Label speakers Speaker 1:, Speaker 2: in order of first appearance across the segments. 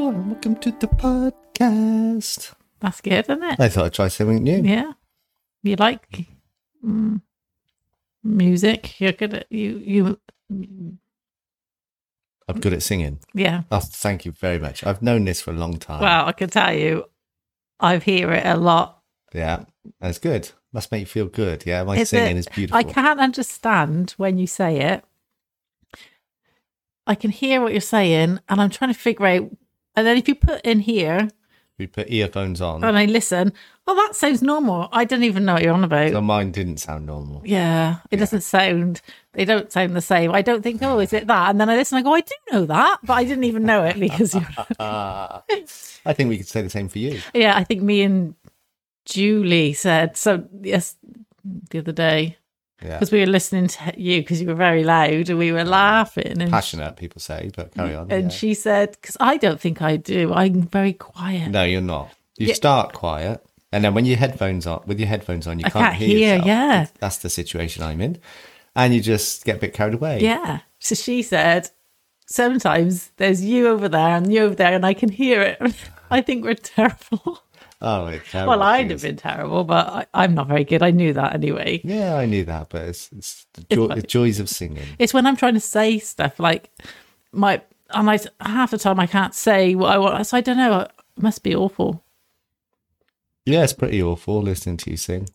Speaker 1: to the podcast.
Speaker 2: That's good, isn't it?
Speaker 1: I thought I'd try something new.
Speaker 2: Yeah. You like mm, music. You're good at you you mm,
Speaker 1: I'm good at singing.
Speaker 2: yeah.
Speaker 1: Oh, thank you very much. I've known this for a long time.
Speaker 2: Well, I can tell you I hear it a lot.
Speaker 1: Yeah, that's good. Must make you feel good. Yeah, my
Speaker 2: Is
Speaker 1: singing
Speaker 2: it-
Speaker 1: is beautiful.
Speaker 2: I can't understand when you say it. I can hear what you're saying and I'm trying to figure out and then if you put in here
Speaker 1: We put earphones on,
Speaker 2: and I listen, oh that sounds normal. I don't even know what you're on about.
Speaker 1: so mine didn't sound normal.
Speaker 2: Yeah, it doesn't sound. They don't sound the same. I don't think. Oh, is it that? And then I listen. I go, I do know that, but I didn't even know it because you're.
Speaker 1: Ah, I think we could say the same for you.
Speaker 2: yeah, I think me and Julie said so. Yes, the other day
Speaker 1: Yeah,
Speaker 2: because we were listening to you because you were very loud and we were laughing and
Speaker 1: passionate people say, but carry on.
Speaker 2: and
Speaker 1: yeah.
Speaker 2: she said because I don't think I do. I'm very quiet.
Speaker 1: no, you're not. You
Speaker 2: Yeah.
Speaker 1: start quiet, and then when your headphones on, with your headphones on, you
Speaker 2: I
Speaker 1: can't,
Speaker 2: can't hear.
Speaker 1: yourself.
Speaker 2: Yeah,
Speaker 1: that's the situation I'm in, and you just get a bit carried away.
Speaker 2: yeah. So she said. Sometimes there's you over there and you over there, and I can hear it. I think we're terrible.
Speaker 1: Oh, it's terrible.
Speaker 2: Well, I'd have
Speaker 1: It's-
Speaker 2: been terrible, but I, I'm not very good. I knew that anyway.
Speaker 1: Yeah, I knew that, but it's, it's the, joy, the joys of singing.
Speaker 2: It's when I'm trying to say stuff like my, and I half the time I can't say what I want. So I don't know. It must be awful.
Speaker 1: Yeah, it's pretty awful listening to you sing.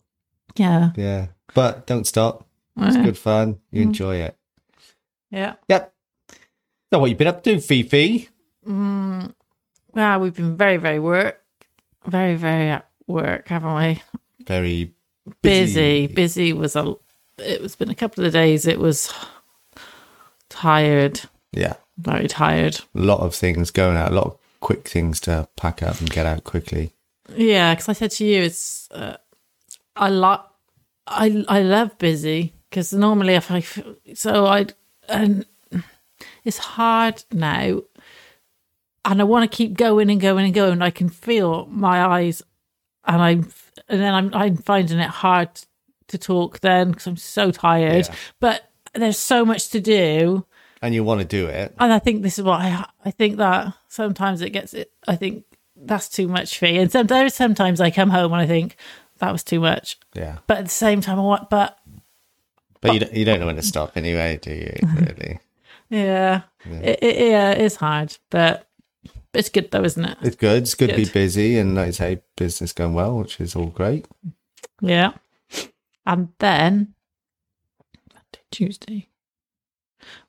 Speaker 2: Yeah.
Speaker 1: Yeah, but don't stop. It's good fun. You
Speaker 2: Mm.
Speaker 1: enjoy it.
Speaker 2: Yeah.
Speaker 1: Yep. So, what you been up to, Fifi?
Speaker 2: Well, we've been very, very work, very, very at work, haven't we?
Speaker 1: Very
Speaker 2: Busy. Busy, was a. It was been a couple of days. It was tired,
Speaker 1: Yeah,
Speaker 2: very tired.
Speaker 1: a lot of things going out. A lot of quick things to pack up and get out quickly.
Speaker 2: Yeah, because I said to you, it's uh, I like I I love busy because normally if I f- so I and it's hard now, and I want to keep going and going and going. I can feel my eyes, and I'm and then I'm I'm finding it hard to talk then because I'm so tired.
Speaker 1: Yeah.
Speaker 2: But there's so much to do
Speaker 1: And you want to do it.
Speaker 2: and I think this is what I I think that sometimes it gets it. I think that's too much for you. And some, there is sometimes I come home and I think that was too much.
Speaker 1: Yeah,
Speaker 2: But at the same time, I want. But
Speaker 1: but you don't, you don't know when to stop anyway, do you? Really,
Speaker 2: yeah, It, it, yeah, it's hard. But but it's good though, isn't it?
Speaker 1: it's good. It's good, to be
Speaker 2: Good.
Speaker 1: busy, and like I say, business going well, which is all great.
Speaker 2: Yeah. And then Tuesday,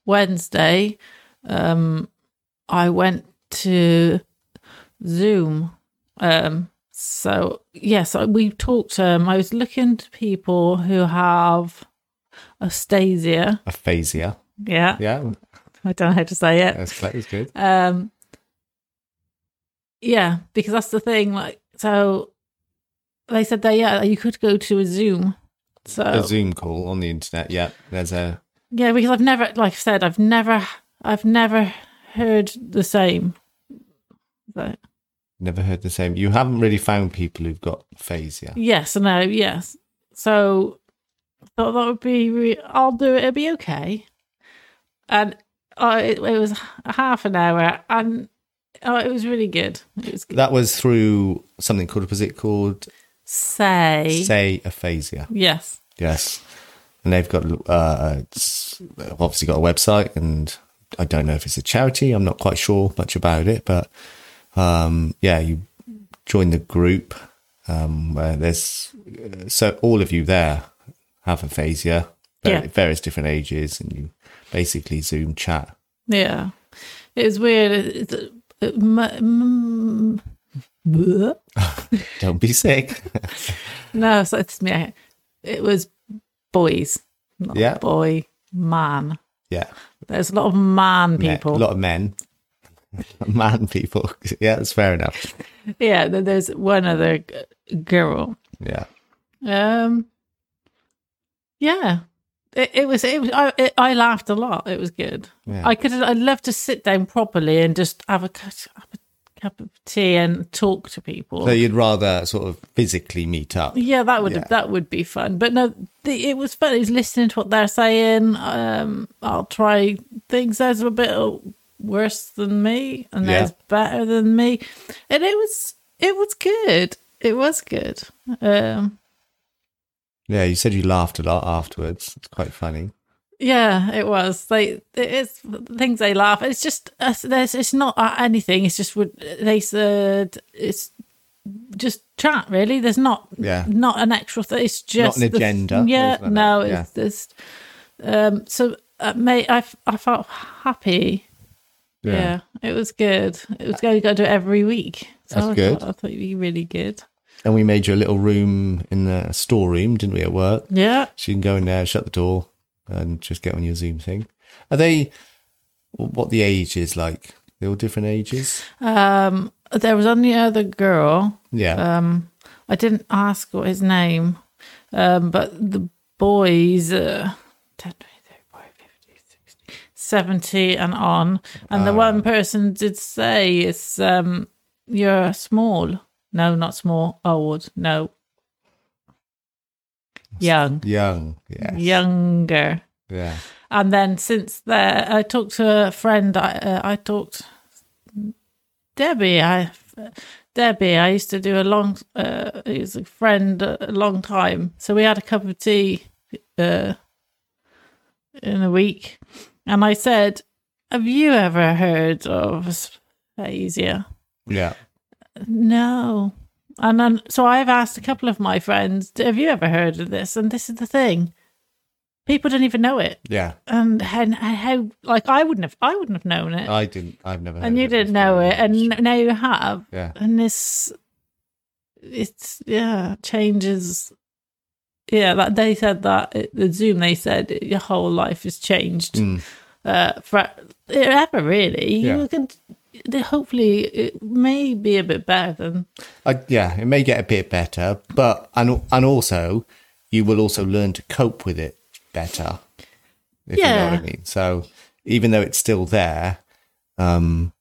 Speaker 2: Wednesday, um, I went to Zoom. Um, so yes, I we talked. Um, I was looking to people who have astasia.
Speaker 1: Aphasia.
Speaker 2: Yeah,
Speaker 1: Yeah,
Speaker 2: I don't know how to say it.
Speaker 1: that's that was good.
Speaker 2: Um, yeah, because that's the thing. Like, so they said that yeah, you could go to a Zoom. So
Speaker 1: A Zoom call on the internet. Yeah, there's a
Speaker 2: Yeah, because I've never, like I said, I've never, I've never heard the same. But
Speaker 1: never heard the same. You haven't really found people who've got aphasia.
Speaker 2: yes, no, yes. So I thought that would be. Re- I'll do it. It'll be okay. And uh, it, it was a half an hour, and oh, it was really good. It was good.
Speaker 1: That was through something called was it called
Speaker 2: Say,
Speaker 1: say aphasia?
Speaker 2: yes,
Speaker 1: Yes, and they've got uh, it's they've obviously got a website, and I don't know if it's a charity. I'm not quite sure much about it, but um, yeah, you join the group um, where there's uh, so all of you there have aphasia,
Speaker 2: Yeah.
Speaker 1: var- various different ages, and you basically Zoom chat.
Speaker 2: yeah. It was weird. It, it, it, m- m- bleh.
Speaker 1: Don't be sick.
Speaker 2: No, so it's me. It was boys. Not
Speaker 1: Yeah.
Speaker 2: Boy, man.
Speaker 1: yeah.
Speaker 2: There's a lot of man
Speaker 1: men- a
Speaker 2: people.
Speaker 1: lot of men, man people. Yeah, that's fair enough.
Speaker 2: Yeah, th- there's one other g- girl.
Speaker 1: Yeah,
Speaker 2: Um, yeah. It, it was. It was. I. It, I laughed a lot. It was good.
Speaker 1: Yeah.
Speaker 2: I could. I'd love to sit down properly and just have a, cu- have a cup of tea and talk to people.
Speaker 1: so you'd rather sort of physically meet up.
Speaker 2: Yeah, that would
Speaker 1: Yeah.
Speaker 2: that would be fun. But no, the, it was fun. It was listening to what they're saying. Um, I'll try things. There's a bit of worse than me, and
Speaker 1: Yeah.
Speaker 2: there's better than me, and it was it was good. It was good. Um,
Speaker 1: Yeah, you said you laughed a lot afterwards. It's quite funny.
Speaker 2: yeah, it was. They it's things they laugh. It's just uh, there's it's not uh, anything. It's just what they said. It's just chat really. There's not
Speaker 1: Yeah.
Speaker 2: not an actual thing. It's just
Speaker 1: an
Speaker 2: the-
Speaker 1: agenda,
Speaker 2: yeah,
Speaker 1: wasn't it?
Speaker 2: no,
Speaker 1: Yeah.
Speaker 2: it's just um. So uh, mate, I f- I felt happy. Yeah. it was good. It was good. You got to do it every week. So
Speaker 1: That's
Speaker 2: I
Speaker 1: good.
Speaker 2: Thought, I thought it'd be really good.
Speaker 1: And we made you a little room in the storeroom, didn't we, at work?
Speaker 2: Yeah.
Speaker 1: So you can go in there, shut the door, and just get on your Zoom thing. Are they what the age is like? They're all different ages.
Speaker 2: Um, there was only other girl.
Speaker 1: Yeah.
Speaker 2: Um, I didn't ask what his name, um, but the boys, uh, 10, 20, 30, 40, 50, 60, 70 and on. And the one person did say, it's, um, you're small. No, not small. Old. No. Young.
Speaker 1: Young. Yeah.
Speaker 2: Younger.
Speaker 1: Yeah.
Speaker 2: And then since there, I talked to a friend. I, uh, I talked Debbie. I Debbie. I used to do a long. Uh, he was a friend a long time. So we had a cup of tea uh, in a week, and I said, "Have you ever heard of aphasia?"
Speaker 1: Yeah.
Speaker 2: No. And then, so I've asked a couple of my friends, "Have you ever heard of this?" And this is the thing: people don't even know it
Speaker 1: Yeah.
Speaker 2: and and how like I wouldn't have I wouldn't have known it,
Speaker 1: I didn't. I've never. heard
Speaker 2: and you
Speaker 1: of this
Speaker 2: didn't know
Speaker 1: before.
Speaker 2: it, and n- now you have,
Speaker 1: yeah.
Speaker 2: and this it's yeah changes. Yeah, that they said that at the Zoom. They said your whole life has changed
Speaker 1: Mm.
Speaker 2: uh, for ever really.
Speaker 1: Yeah.
Speaker 2: You can they- hopefully it may be a bit better than
Speaker 1: I, yeah, it may get a bit better, but and and also you will also learn to cope with it better. If you know what
Speaker 2: Yeah.
Speaker 1: I mean. So even though it's still there, um,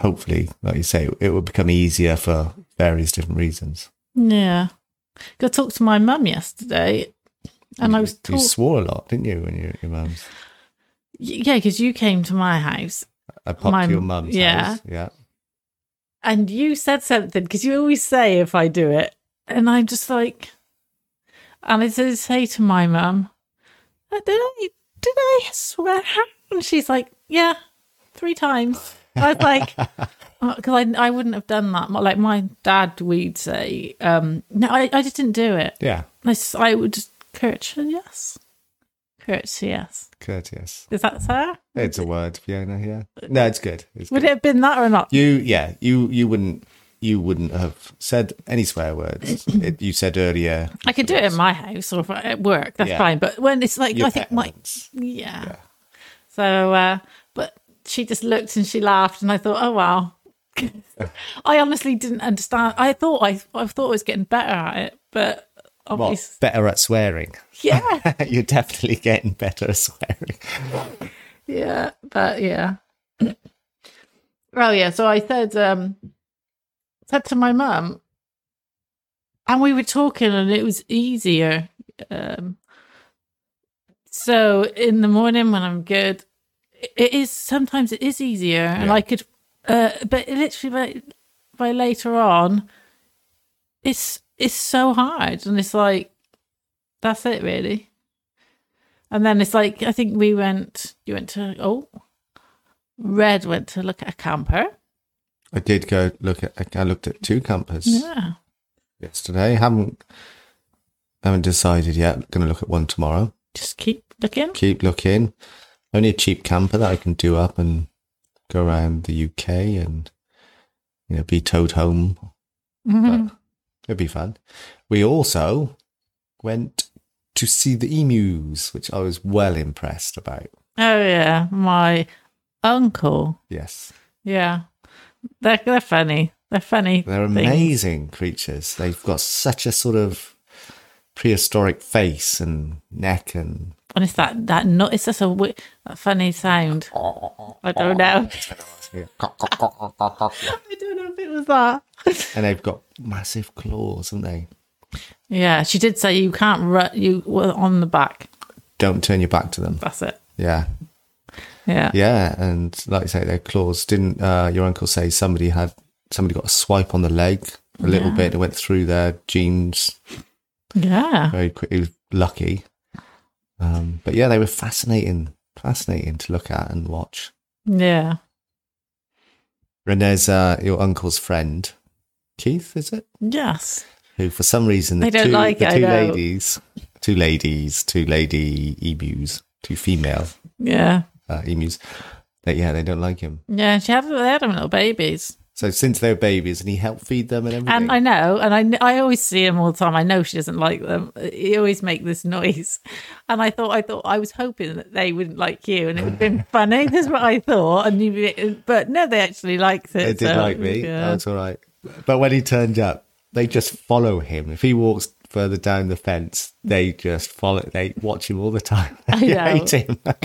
Speaker 1: hopefully, like you say, it will become easier for various different reasons.
Speaker 2: yeah. 'Cause I talked to my mum yesterday, and I was
Speaker 1: You
Speaker 2: talking.
Speaker 1: swore a lot, didn't you, when you were at your mum's?
Speaker 2: Yeah, because you came to my house
Speaker 1: I uh, popped
Speaker 2: My-
Speaker 1: to your mum's
Speaker 2: yeah.
Speaker 1: house. Yeah.
Speaker 2: and you said something because you always say if I do it, and I'm just like, and I did say to my mum, "Uh, "Did I did I swear?" And she's like, "Yeah, three times." I was like, because I I wouldn't have done that. Like my dad, we'd say, um, "No, I, I just didn't do it."
Speaker 1: Yeah.
Speaker 2: I, s- I would just curtsy yes, curtsy yes.
Speaker 1: Courteous.
Speaker 2: Is that fair?
Speaker 1: It's a word, Fiona,
Speaker 2: Uh,
Speaker 1: yeah. No, it's good. It's
Speaker 2: Would
Speaker 1: good.
Speaker 2: it have been that or not?
Speaker 1: You yeah, you you wouldn't you wouldn't have said any swear words. it, you said earlier
Speaker 2: I could do it in my house or if I- at work. That's
Speaker 1: Yeah.
Speaker 2: fine. But when it's like,
Speaker 1: your
Speaker 2: I think my
Speaker 1: parents.
Speaker 2: Yeah. So, uh, but she just looked and she laughed, and I thought, oh wow. I honestly didn't understand. I thought I, I thought I was getting better at it, but
Speaker 1: What,
Speaker 2: obviously,
Speaker 1: better at swearing.
Speaker 2: yeah,
Speaker 1: You're definitely getting better at swearing.
Speaker 2: yeah, but yeah. well, yeah. So I said, um, said to my mum, and we were talking, and it was easier. Um, so in the morning when I'm good, it is sometimes it is easier and
Speaker 1: Yeah.
Speaker 2: i could uh but literally by, by later on it's it's so hard and it's like that's it really and then it's like i think we went you went to oh red went to look at a camper
Speaker 1: I did go look at. I looked at two campers
Speaker 2: yeah
Speaker 1: yesterday. Haven't haven't decided yet. Going to look at one tomorrow.
Speaker 2: just keep looking
Speaker 1: Keep looking. Only a cheap camper that I can do up and go around the UK and you know be towed home.
Speaker 2: Mhm.
Speaker 1: It'd be fun. We also went to see the emus, which I was well impressed about.
Speaker 2: oh yeah my uncle
Speaker 1: Yes.
Speaker 2: yeah they're, they're funny they're funny
Speaker 1: They're
Speaker 2: things.
Speaker 1: amazing creatures. They've got such a sort of prehistoric face and neck and
Speaker 2: And it's that that no, it's just a wi- that funny sound. I don't know. I don't know if it was that.
Speaker 1: and they've got massive claws, haven't they?
Speaker 2: Yeah, she did say you can't run. You were on the back.
Speaker 1: Don't turn your back to them.
Speaker 2: That's it.
Speaker 1: Yeah.
Speaker 2: Yeah.
Speaker 1: Yeah, and like you say, their claws didn't. Uh, your uncle say somebody had somebody got a swipe on the leg a little
Speaker 2: Yeah.
Speaker 1: bit. It went through their jeans
Speaker 2: Yeah.
Speaker 1: very quickly. It was lucky, um, but yeah, they were fascinating, fascinating to look at and watch.
Speaker 2: Yeah.
Speaker 1: And there's uh, your uncle's friend, Keith, is it?
Speaker 2: Yes.
Speaker 1: Who for some reason the
Speaker 2: They don't
Speaker 1: two,
Speaker 2: like
Speaker 1: the
Speaker 2: it, I
Speaker 1: two
Speaker 2: know.
Speaker 1: ladies, two ladies, two lady emus, two female
Speaker 2: Yeah.
Speaker 1: uh, emus. They, yeah, they don't like him.
Speaker 2: Yeah. She had, they had them little babies.
Speaker 1: So since they were babies, and he helped feed them and everything.
Speaker 2: And Um, I know, and I, kn- I always see him all the time. I know she doesn't like them. He always make this noise, and I thought, I thought, I was hoping that they wouldn't like you, and it would have been funny. That's what I thought, and you, be- but no, they actually liked it.
Speaker 1: They did
Speaker 2: so,
Speaker 1: like me.
Speaker 2: uh, yeah.
Speaker 1: That's all right. But when he turned up, they just follow him. If he walks further down the fence, they just follow. They watch him all the time. They
Speaker 2: know.
Speaker 1: hate him. it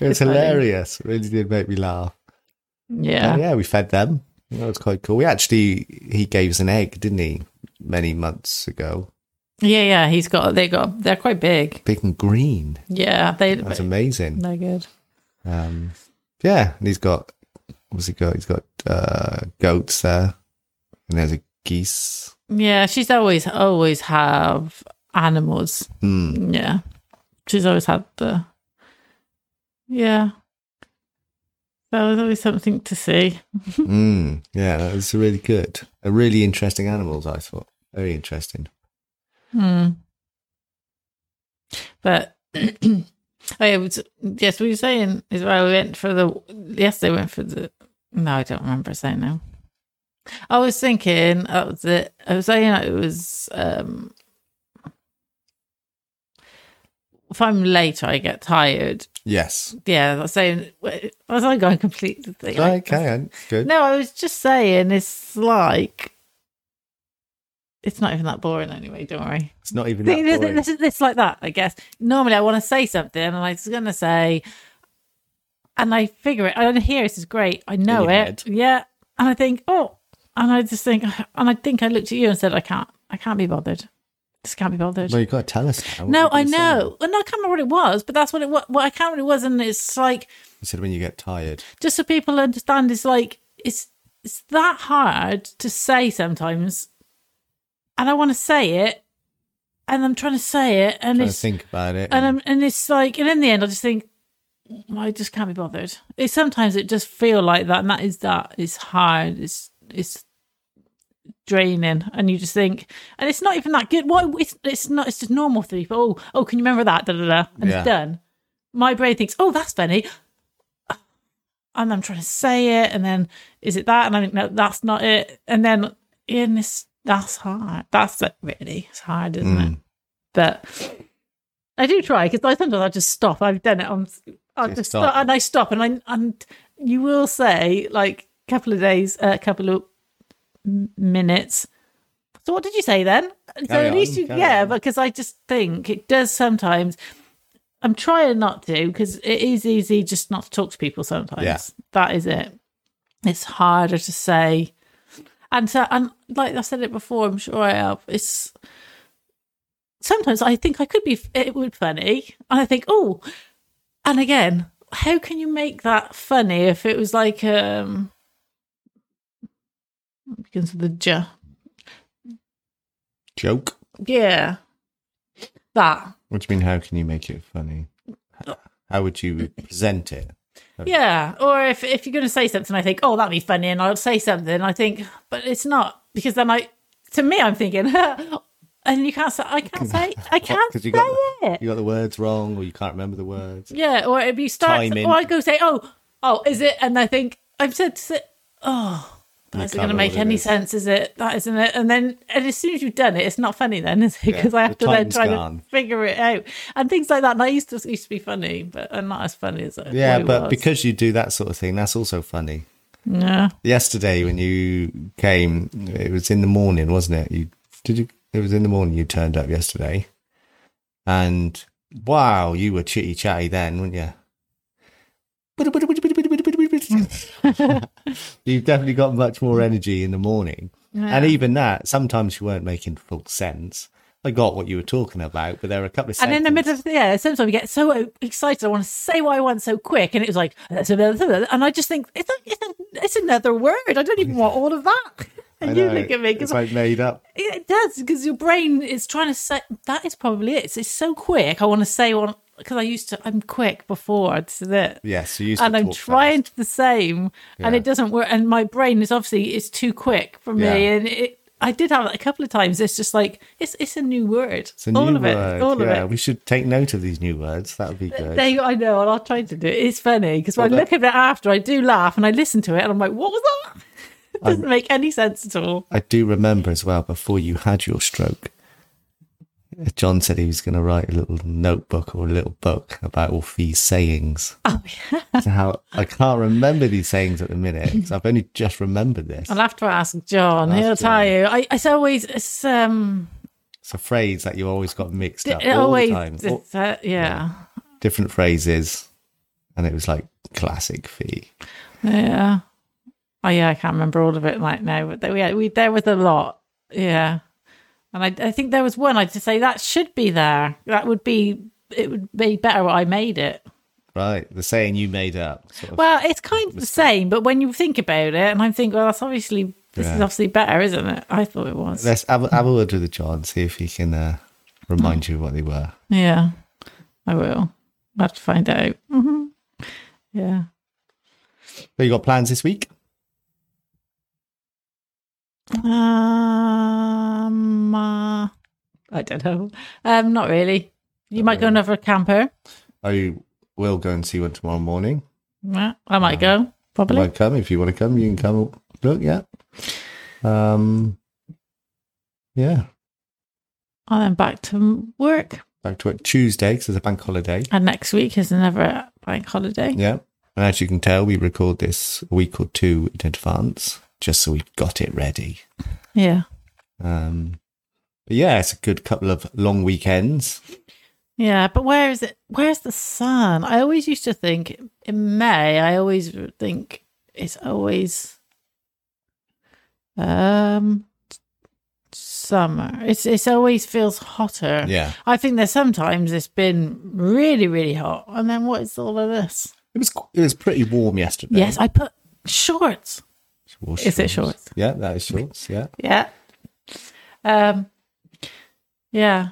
Speaker 1: was
Speaker 2: funny.
Speaker 1: hilarious. Really did make me laugh. Yeah,
Speaker 2: yeah,
Speaker 1: yeah we fed them. That was quite cool. We actually he gave us an egg, didn't he? Many months ago,
Speaker 2: yeah, yeah. He's got, they got, they're quite big.
Speaker 1: big and green.
Speaker 2: Yeah, they,
Speaker 1: That's amazing.
Speaker 2: they're good.
Speaker 1: Um, yeah, and he's got what's he got? He's got uh, goats there, and there's a geese.
Speaker 2: Yeah, she's always always have animals.
Speaker 1: Hmm.
Speaker 2: Yeah, she's always had the. Yeah, that was always something to see.
Speaker 1: Mm, yeah, that was really good. A really interesting animals, I thought. Very interesting.
Speaker 2: Hmm. But oh yeah, we t- yes, we were saying is why we went for the yes, they went for the no, I don't remember saying now. I was thinking that was it. I was saying it was um if I'm late, I get tired.
Speaker 1: Yes.
Speaker 2: Yeah, I was saying wait, was I going completely?
Speaker 1: Okay, and good.
Speaker 2: No, I was just saying it's like it's not even that boring anyway. Don't worry.
Speaker 1: It's not even
Speaker 2: See,
Speaker 1: that
Speaker 2: this,
Speaker 1: boring.
Speaker 2: this, this like that, I guess. Normally, I want to say something, and I was going to say, and I figure it. I don't hear this is great. I know
Speaker 1: your
Speaker 2: it.
Speaker 1: head.
Speaker 2: Yeah, and I think, oh, and I just think, and I think I looked at you and said, I can't, I can't be bothered. Just can't be bothered.
Speaker 1: Well, you've got to tell us now. What
Speaker 2: no,
Speaker 1: were
Speaker 2: I
Speaker 1: you saying?
Speaker 2: know, and I can't remember what it was, but that's what it was. What I can't remember what it was, and it's like
Speaker 1: You said when you get tired.
Speaker 2: just so people understand it's like it's it's that hard to say sometimes and i want to say it and i'm trying to say it
Speaker 1: Trying
Speaker 2: and
Speaker 1: to
Speaker 2: it's
Speaker 1: think about it.
Speaker 2: and i'm and it's like and in the end i just think i just can't be bothered it sometimes it just feel like that and that is that it's hard it's it's draining and you just think and it's not even that good what it's it's not it's just normal for people oh oh can you remember that da da da and
Speaker 1: Yeah.
Speaker 2: it's done my brain thinks oh that's funny and I'm trying to say it, and then is it that? And I think no, that's not it. And then in this, that's hard. That's it, really, it's hard, isn't it? But I do try because I sometimes I just stop. I've done it. on I
Speaker 1: Just
Speaker 2: just
Speaker 1: stop.
Speaker 2: stop. and I stop, and I and you will say like a couple of days, a couple of m- minutes. So what did you say then? So
Speaker 1: Carry
Speaker 2: at least
Speaker 1: on,
Speaker 2: you,
Speaker 1: carry
Speaker 2: yeah,
Speaker 1: on.
Speaker 2: because I just think it does sometimes. I'm trying not to because it is easy just not to talk to people sometimes.
Speaker 1: Yeah.
Speaker 2: That is it. It's harder to say. And so, and like I said it before, I'm sure I have. It's sometimes I think I could be, it would funny. And I think, oh, and again, how can you make that funny if it was like, um, it begins with the J.
Speaker 1: Joke.
Speaker 2: Yeah. That.
Speaker 1: What do you mean, how can you make it funny?
Speaker 2: Oh.
Speaker 1: How would you present it?
Speaker 2: Yeah, or if if you're going to say something, I think, oh, that'd be funny, and I'll say something. and I think, but it's not because then I, to me, I'm thinking, and you can't say, I can't say, I can't
Speaker 1: Because
Speaker 2: say
Speaker 1: you got,
Speaker 2: it.
Speaker 1: you got the words wrong or you can't remember the words.
Speaker 2: Yeah, or if you start,
Speaker 1: Timing.
Speaker 2: or I go say, oh, oh, is it? And I think I've said, si- oh, that isn't
Speaker 1: can't
Speaker 2: going to
Speaker 1: remember
Speaker 2: make
Speaker 1: what it
Speaker 2: any
Speaker 1: is.
Speaker 2: sense, is it? That isn't it. And then, and as soon as you've done it, it's not funny then, is it? Because I have
Speaker 1: the
Speaker 2: to then
Speaker 1: time's
Speaker 2: try
Speaker 1: gone.
Speaker 2: to figure it out and things like that. And I used to used to be funny, but i not as funny as I
Speaker 1: Yeah,
Speaker 2: it
Speaker 1: but
Speaker 2: was.
Speaker 1: because you do that sort of thing, that's also funny.
Speaker 2: yeah.
Speaker 1: yesterday when you came it was in the morning wasn't it you did you it was in the morning you turned up yesterday and wow you were chitty chatty then weren't you you've definitely got much more energy in the morning and even that sometimes you weren't making full sense I got what you were talking about, but there are a couple of
Speaker 2: And in the
Speaker 1: sentences-
Speaker 2: middle of yeah, sometimes we get so excited. I want to say what I want so quick, and it was like, and I just think it's a, it's, a, it's another word. I don't even want all of that. And you
Speaker 1: I know,
Speaker 2: look at me
Speaker 1: It's
Speaker 2: because
Speaker 1: like made up.
Speaker 2: it does because your brain is trying to say that is probably it. It's, it's so quick. I want to say one because I used to. I'm quick before this is it.
Speaker 1: Yes, you used to
Speaker 2: and I'm
Speaker 1: talk
Speaker 2: trying the same, and
Speaker 1: Yeah.
Speaker 2: it doesn't work. And my brain is obviously it's too quick for me,
Speaker 1: Yeah.
Speaker 2: and it. I did have it a couple of times. It's just like it's it's a new word.
Speaker 1: It's a new
Speaker 2: all of
Speaker 1: word.
Speaker 2: it. All
Speaker 1: yeah,
Speaker 2: of
Speaker 1: we should take note of these new words. That would be
Speaker 2: it.
Speaker 1: good.
Speaker 2: They, I know, and I'll try to do it. It's funny because when
Speaker 1: Well,
Speaker 2: I
Speaker 1: that-
Speaker 2: look at it after, I do laugh and I listen to it, and I'm like, "What was that?" It doesn't
Speaker 1: Um,
Speaker 2: make any sense at all.
Speaker 1: I do remember as well before you had your stroke. uh, John said he was going to write a little notebook or a little book about all these sayings. Oh yeah. how I can't remember these sayings at the minute. So I've only just remembered this.
Speaker 2: I'll have to ask John.
Speaker 1: Ask
Speaker 2: He'll tell
Speaker 1: John.
Speaker 2: you. I, it's always it's um
Speaker 1: It's a phrase that you always got mixed up
Speaker 2: it
Speaker 1: all
Speaker 2: always
Speaker 1: the time. All-
Speaker 2: it's, uh, yeah
Speaker 1: different phrases, and it was like classic fee.
Speaker 2: yeah. Oh yeah, I can't remember all of it right now, but there, yeah, we there was a lot. Yeah, and I, I think there was one I'd just say that should be there. That would be it would be better. I made it.
Speaker 1: Right, the saying you made up. Sort of.
Speaker 2: Well, it's kind of the same, but when you think about it, and I'm thinking, well, that's obviously this is
Speaker 1: Yeah.
Speaker 2: obviously better, isn't it? I thought it was.
Speaker 1: Let's have, a- have a word with the John, see if he can uh, remind you what they were.
Speaker 2: Yeah, I will. I have to find out. hmm Yeah.
Speaker 1: So you got plans this week?
Speaker 2: Um, uh, I don't know. Um, not really. You might go
Speaker 1: Uh,
Speaker 2: and have a camper.
Speaker 1: I will go and see one tomorrow morning.
Speaker 2: Yeah, I might go.
Speaker 1: uh, I
Speaker 2: Probably.
Speaker 1: might come if you want to come. You can come. Look, yeah. Um, yeah.
Speaker 2: and then back to work.
Speaker 1: Back to it Tuesday because it's a bank holiday.
Speaker 2: And next week is another bank holiday.
Speaker 1: Yeah. And as you can tell, we record this a week or two in advance just so we've got it ready.
Speaker 2: Yeah.
Speaker 1: Um, but yeah, it's a good couple of long weekends.
Speaker 2: Yeah. But where is it? Where's the sun? I always used to think in May, I always would think it's always um summer. It's it's always feels hotter.
Speaker 1: Yeah.
Speaker 2: I think that sometimes it's been really, really hot. And then what is all of this?
Speaker 1: It was qu- it was pretty warm yesterday.
Speaker 2: Yes, I put shorts.
Speaker 1: Or
Speaker 2: Is it shorts?
Speaker 1: Yeah, that is shorts. Yeah.
Speaker 2: Yeah. Um yeah.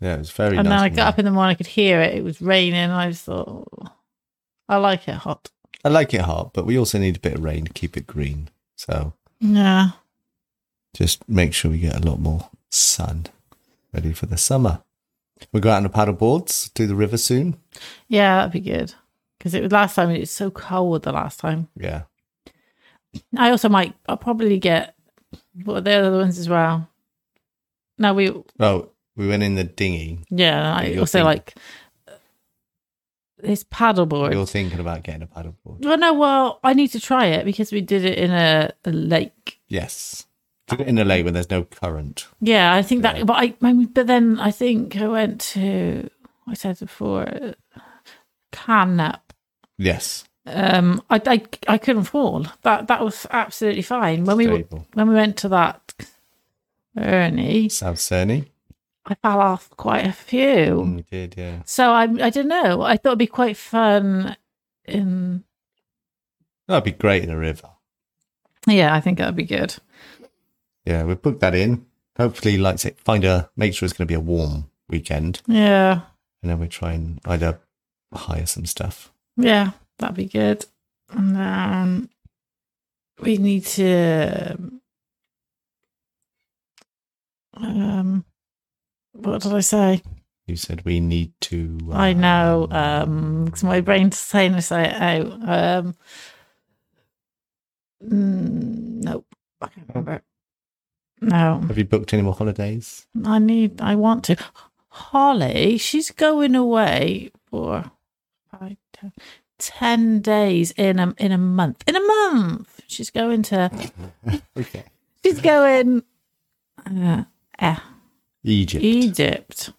Speaker 1: Yeah, it was very
Speaker 2: and
Speaker 1: nice.
Speaker 2: then I
Speaker 1: and
Speaker 2: got
Speaker 1: warm.
Speaker 2: up in the morning, I could hear it. It was raining. And I just thought, "Oh, I like it hot.
Speaker 1: I like it hot, but we also need a bit of rain to keep it green. So
Speaker 2: Yeah.
Speaker 1: just make sure we get a lot more sun ready for the summer. We go out on the paddle boards to the river soon.
Speaker 2: Yeah, that'd be good. Because it was last time, it was so cold the last time.
Speaker 1: Yeah.
Speaker 2: I also might, I'll probably get, what are the other ones as well? No, we,
Speaker 1: Oh, we went in the dinghy.
Speaker 2: yeah, I
Speaker 1: you're
Speaker 2: also
Speaker 1: thinking-
Speaker 2: like uh, this paddleboard.
Speaker 1: You're thinking about getting a paddle board.
Speaker 2: Well, no, well, I need to try it because we did it in a, a lake.
Speaker 1: Yes. Did it in a lake when there's no current.
Speaker 2: Yeah, I think that.
Speaker 1: Yeah.
Speaker 2: But I, I mean, but then I think I went to. I said before, uh, Carnap.
Speaker 1: Yes.
Speaker 2: Um, I, I I couldn't fall. That that was absolutely fine when we were-
Speaker 1: Stable.
Speaker 2: when we went to that Ernie.
Speaker 1: South Cerny. Mm,
Speaker 2: I fell off quite a few.
Speaker 1: We did, yeah.
Speaker 2: So I I don't know. I thought it'd be quite fun. In
Speaker 1: That'd be great in a river.
Speaker 2: yeah, I think that'd be good.
Speaker 1: Yeah, we'll book that in. Hopefully, like say, find a make sure it's going to be a warm weekend,
Speaker 2: Yeah,
Speaker 1: and then we try and either hire some stuff.
Speaker 2: Yeah, that'd be good. And then we need to. Um, what did I say?
Speaker 1: You said we need to.
Speaker 2: I know.
Speaker 1: um,
Speaker 2: Um, 'cause my brain's saying this say it out. Um, mm, nope, I can't remember. No,
Speaker 1: Have you booked any more holidays?
Speaker 2: I need. I want to. Holly, she's going away for five, ten, ten days in a in a month. In a month, she's going to.
Speaker 1: Okay.
Speaker 2: She's going. Uh, eh,
Speaker 1: Egypt.
Speaker 2: Egypt.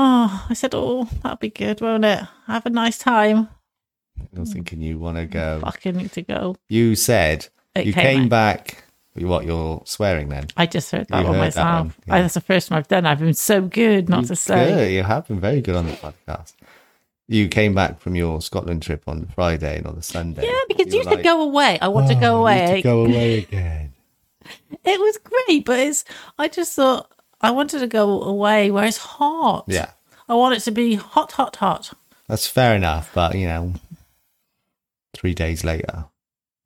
Speaker 2: Oh, I said, oh, that'll be good, won't it? Have a nice time.
Speaker 1: I was thinking you want to go.
Speaker 2: Fucking need to go.
Speaker 1: You said
Speaker 2: Mm, It
Speaker 1: you
Speaker 2: came
Speaker 1: came back. What you're swearing then?
Speaker 2: I just heard that
Speaker 1: You
Speaker 2: one
Speaker 1: heard that
Speaker 2: myself.
Speaker 1: one, yeah.
Speaker 2: I, that's the first one I've done. I've been so good not to say.
Speaker 1: Good. You have been very good on the podcast. You came back from your Scotland trip on the Friday and on the Sunday.
Speaker 2: Yeah, because
Speaker 1: you
Speaker 2: you
Speaker 1: were
Speaker 2: used to
Speaker 1: like,
Speaker 2: go away. I want to go
Speaker 1: "Oh, I need
Speaker 2: away.
Speaker 1: to go away again.
Speaker 2: It was great, but it's. I just thought I wanted to go away where it's hot.
Speaker 1: Yeah,
Speaker 2: I want it to be hot, hot, hot.
Speaker 1: that's fair enough. But you know, three days later.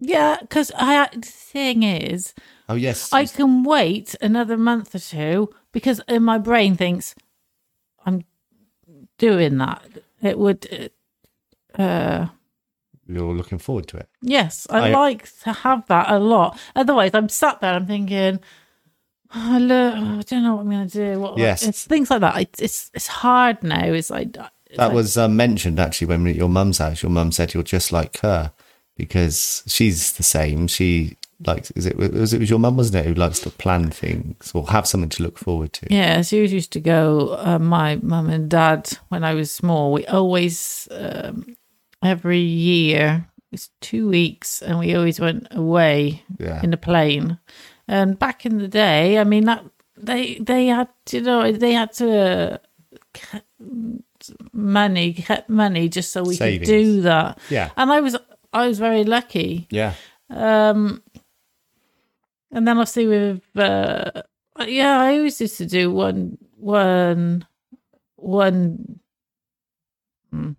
Speaker 2: Yeah, because I the thing is,
Speaker 1: Oh yes,
Speaker 2: I can wait another month or two because in my brain thinks I'm doing that. It would. Uh,
Speaker 1: you're looking forward to it.
Speaker 2: Yes,
Speaker 1: I-
Speaker 2: I, like to have that a lot. Otherwise, I'm sat there, I'm thinking, oh, look, I don't know what I'm going to do. What,
Speaker 1: Yes.
Speaker 2: it's things like that. It, it's it's hard now. It's like it's
Speaker 1: That
Speaker 2: like-
Speaker 1: was uh, mentioned actually when we were at your mum's house. Your mum said you're just like her because she's the same. She likes is it was it was your mum wasn't it who likes to plan things or have something to look forward to.
Speaker 2: yeah. She always used to go. Uh, my mum and dad, when I was small, we always um, every year it's two weeks, and we always went away
Speaker 1: Yeah.
Speaker 2: in a plane. And back in the day, I mean that they they had you know they had to. Uh, money kept money just so we
Speaker 1: Savings.
Speaker 2: could do that
Speaker 1: Yeah.
Speaker 2: and i was i was very lucky
Speaker 1: Yeah.
Speaker 2: um and then obviously with uh yeah i always used to do one one one hmm.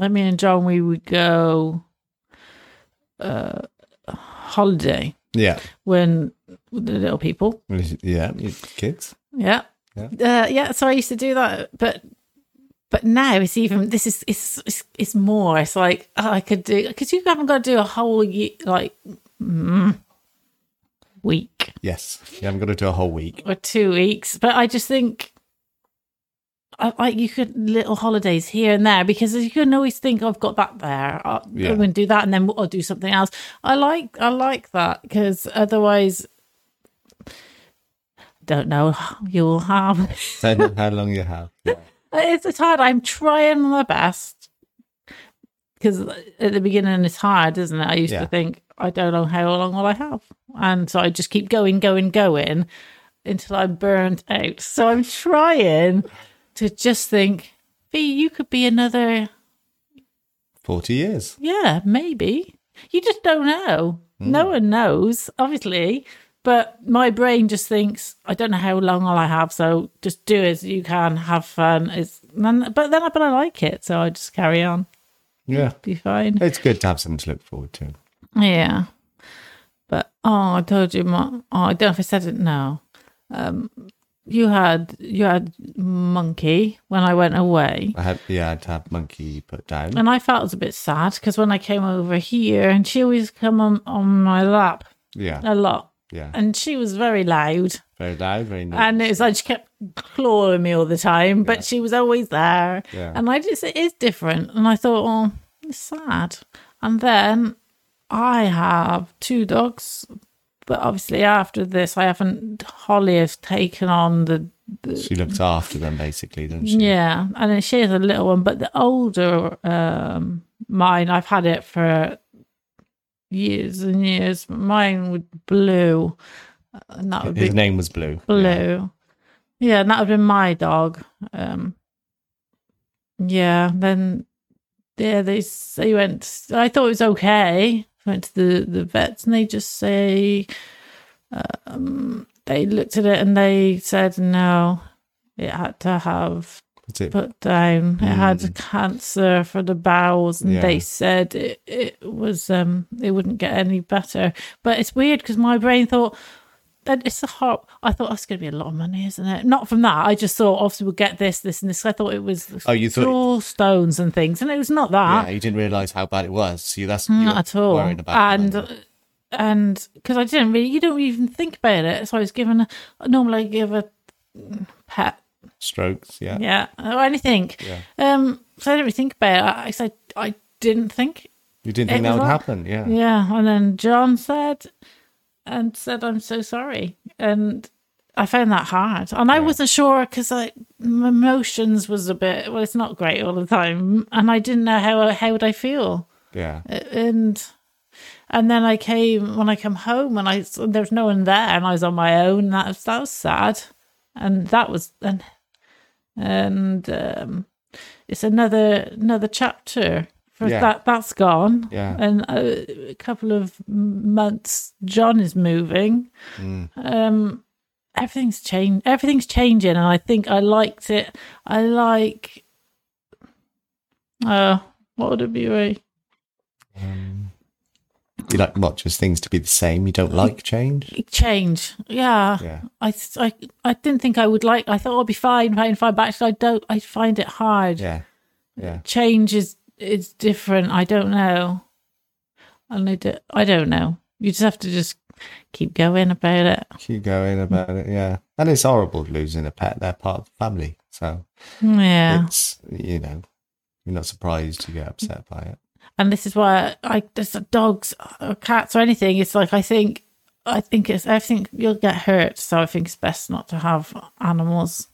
Speaker 2: i mean and john we would go uh holiday
Speaker 1: Yeah.
Speaker 2: when with the little people
Speaker 1: Yeah. Kids.
Speaker 2: yeah. Yeah. Uh, yeah. So I used to do that, but but now it's even this is it's it's, it's more. It's like oh, I could do because you haven't got to do a whole ye like mm, week
Speaker 1: Yes. Yeah, I'm gonna do a whole week.
Speaker 2: or two weeks, but I just think. I, like you could little holidays here and there because you can always think "Oh, I've got that there. I'll,
Speaker 1: Yeah.
Speaker 2: I'm going to do that and then I'll do something else. I like I like that because otherwise, don't know you'll have
Speaker 1: Depending on how long you have. Yeah.
Speaker 2: It's, it's hard. I'm trying my best because at the beginning it's hard, isn't it? I used
Speaker 1: Yeah.
Speaker 2: to think I don't know how long will I have, and so I just keep going, going, going until I'm burned out. So I'm trying to just think, "Vee, you could be another,
Speaker 1: Forty years.
Speaker 2: yeah, maybe." You just don't know. No one knows, obviously. But my brain just thinks, I don't know how long will I have, so just do as you can, have fun. It's and, but then I but I like it, so I just carry on,
Speaker 1: Yeah.
Speaker 2: be fine.
Speaker 1: It's good to have something to look forward to.
Speaker 2: Yeah. But oh, I told you, my oh, I don't know if I said it now. Um, you had you had monkey when I went away,
Speaker 1: I had yeah, I had to have monkey put down.
Speaker 2: and I felt a bit sad because when I came over here, and she always come on on my lap
Speaker 1: Yeah.
Speaker 2: a lot,
Speaker 1: Yeah.
Speaker 2: and she was very loud.
Speaker 1: Very loud, very nice.
Speaker 2: And it was like she kept clawing me all the time, but she was always there.
Speaker 1: Yeah.
Speaker 2: And I just, it is different. And I thought, oh, it's sad. And then I have two dogs, but obviously after this, I haven't, Holly has taken on the,
Speaker 1: she looks after them basically, doesn't she?
Speaker 2: yeah, and then she has a little one, but the older um, mine, I've had it for years and years. Mine would blue, and that would be
Speaker 1: His name was Blue.
Speaker 2: blue.
Speaker 1: Yeah.
Speaker 2: Yeah, and that would have been my dog. Um, yeah, then yeah, they s- they went. I thought it was okay. Went to the the vets and they just say, um, they looked at it and they said no, it had to have
Speaker 1: That's it.
Speaker 2: put down. It had cancer for the bowels, and
Speaker 1: Hmm. Yeah.
Speaker 2: they said it, it was um it wouldn't get any better. But it's weird because my brain thought that it's a hot. I thought that's going to be a lot of money, isn't it? Not from that. I just thought obviously we'll get this, this, and this. I thought it was
Speaker 1: Oh, you thought-
Speaker 2: stones and things, and it was not that.
Speaker 1: yeah, you didn't realise how bad it was. So you- that's
Speaker 2: Not Ah. Hmm, at all.
Speaker 1: Worrying about
Speaker 2: and
Speaker 1: that.
Speaker 2: and because I didn't really, you don't even think about it. So I was given a- normally I give a pet
Speaker 1: strokes. Yeah.
Speaker 2: yeah, Oh, or anything. Um, so I didn't really think about it. I, I said I didn't think.
Speaker 1: you didn't
Speaker 2: it
Speaker 1: think that
Speaker 2: was
Speaker 1: would
Speaker 2: like-
Speaker 1: happen. Yeah.
Speaker 2: Yeah, and then John said, and said I'm so sorry, and I found that hard, and I wasn't sure because I my emotions was a bit well, it's not great all the time, and I didn't know how how would I feel,
Speaker 1: Yeah.
Speaker 2: and And then I came when I come home, and I s- there was no one there, and I was on my own. That was, that was sad, and that was and and um, it's another another chapter. For
Speaker 1: Yeah.
Speaker 2: That that's gone.
Speaker 1: Yeah.
Speaker 2: And uh, a, a couple of m- months, John is moving.
Speaker 1: Mm.
Speaker 2: Um, everything's changed. Everything's changing, and I think I liked it. I like. Oh, what would it be? Ray?
Speaker 1: You like what? Just things to be the same. You don't like change.
Speaker 2: change. Yeah.
Speaker 1: Yeah.
Speaker 2: I, I, I didn't think I would like. I thought I'd be fine, fine, fine. But actually, I don't. I find it hard.
Speaker 1: Yeah. Yeah.
Speaker 2: Change is is different. I don't know. And I do, I don't know. You just have to just keep going about it.
Speaker 1: Keep going about it. Yeah. And it's horrible losing a pet. They're part of the family. So
Speaker 2: Yeah.
Speaker 1: it's you know you're not surprised you get upset by it.
Speaker 2: and this is why I just dogs or cats or anything. It's like I think I think it's I think you'll get hurt, so I think it's best not to have animals.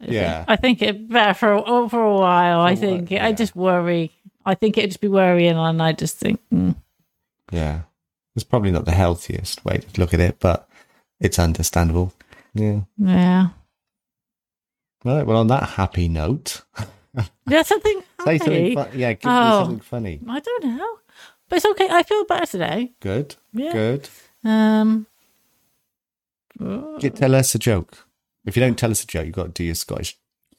Speaker 2: I think-
Speaker 1: Yeah.
Speaker 2: I think it better for a- for a while. I
Speaker 1: while,
Speaker 2: think I
Speaker 1: yeah.
Speaker 2: just worry. I think it'd just be worrying, and I just think mm,
Speaker 1: Yeah. It's probably not the healthiest way to look at it, but it's understandable. Yeah.
Speaker 2: yeah.
Speaker 1: Right. Well, on that happy note,
Speaker 2: Yeah, something
Speaker 1: say
Speaker 2: happy.
Speaker 1: something. Fu- yeah, give me
Speaker 2: Oh.
Speaker 1: something funny.
Speaker 2: I don't know, but it's okay. I feel better today.
Speaker 1: Good.
Speaker 2: Yeah.
Speaker 1: Good.
Speaker 2: Um,
Speaker 1: You tell us a joke. If you don't tell us a joke, you've got to do your Scottish.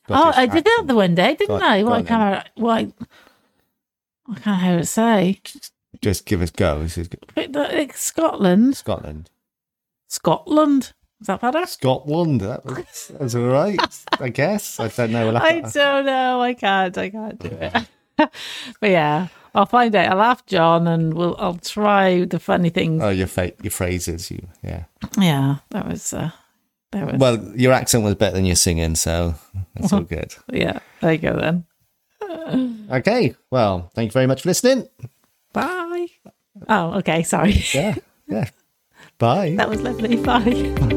Speaker 2: Oh,
Speaker 1: Scottish
Speaker 2: I did that
Speaker 1: accent.
Speaker 2: the one day,
Speaker 1: Go
Speaker 2: didn't
Speaker 1: on-
Speaker 2: I?
Speaker 1: go
Speaker 2: Well, I
Speaker 1: on
Speaker 2: can't. remember- Well, I, I can't know how to say.
Speaker 1: Just give us go. This is
Speaker 2: But the- it's Scotland.
Speaker 1: Scotland.
Speaker 2: Scotland. Is that better?
Speaker 1: Scotland. That was, that was all right, I guess. I don't know. We'll
Speaker 2: I
Speaker 1: have to-
Speaker 2: don't know. I can't. I can't do it. but yeah, I'll find out. I'll ask John, and we'll. I'll try the funny things.
Speaker 1: oh, your fa- your phrases. You yeah.
Speaker 2: yeah, that was. Uh, that was.
Speaker 1: Well, your accent was better than your singing, so that's all good.
Speaker 2: yeah. There you go then.
Speaker 1: Okay. Well, thank you very much for listening.
Speaker 2: Bye. Oh, okay. Sorry.
Speaker 1: Yeah. Yeah. Bye.
Speaker 2: that was lovely. Bye.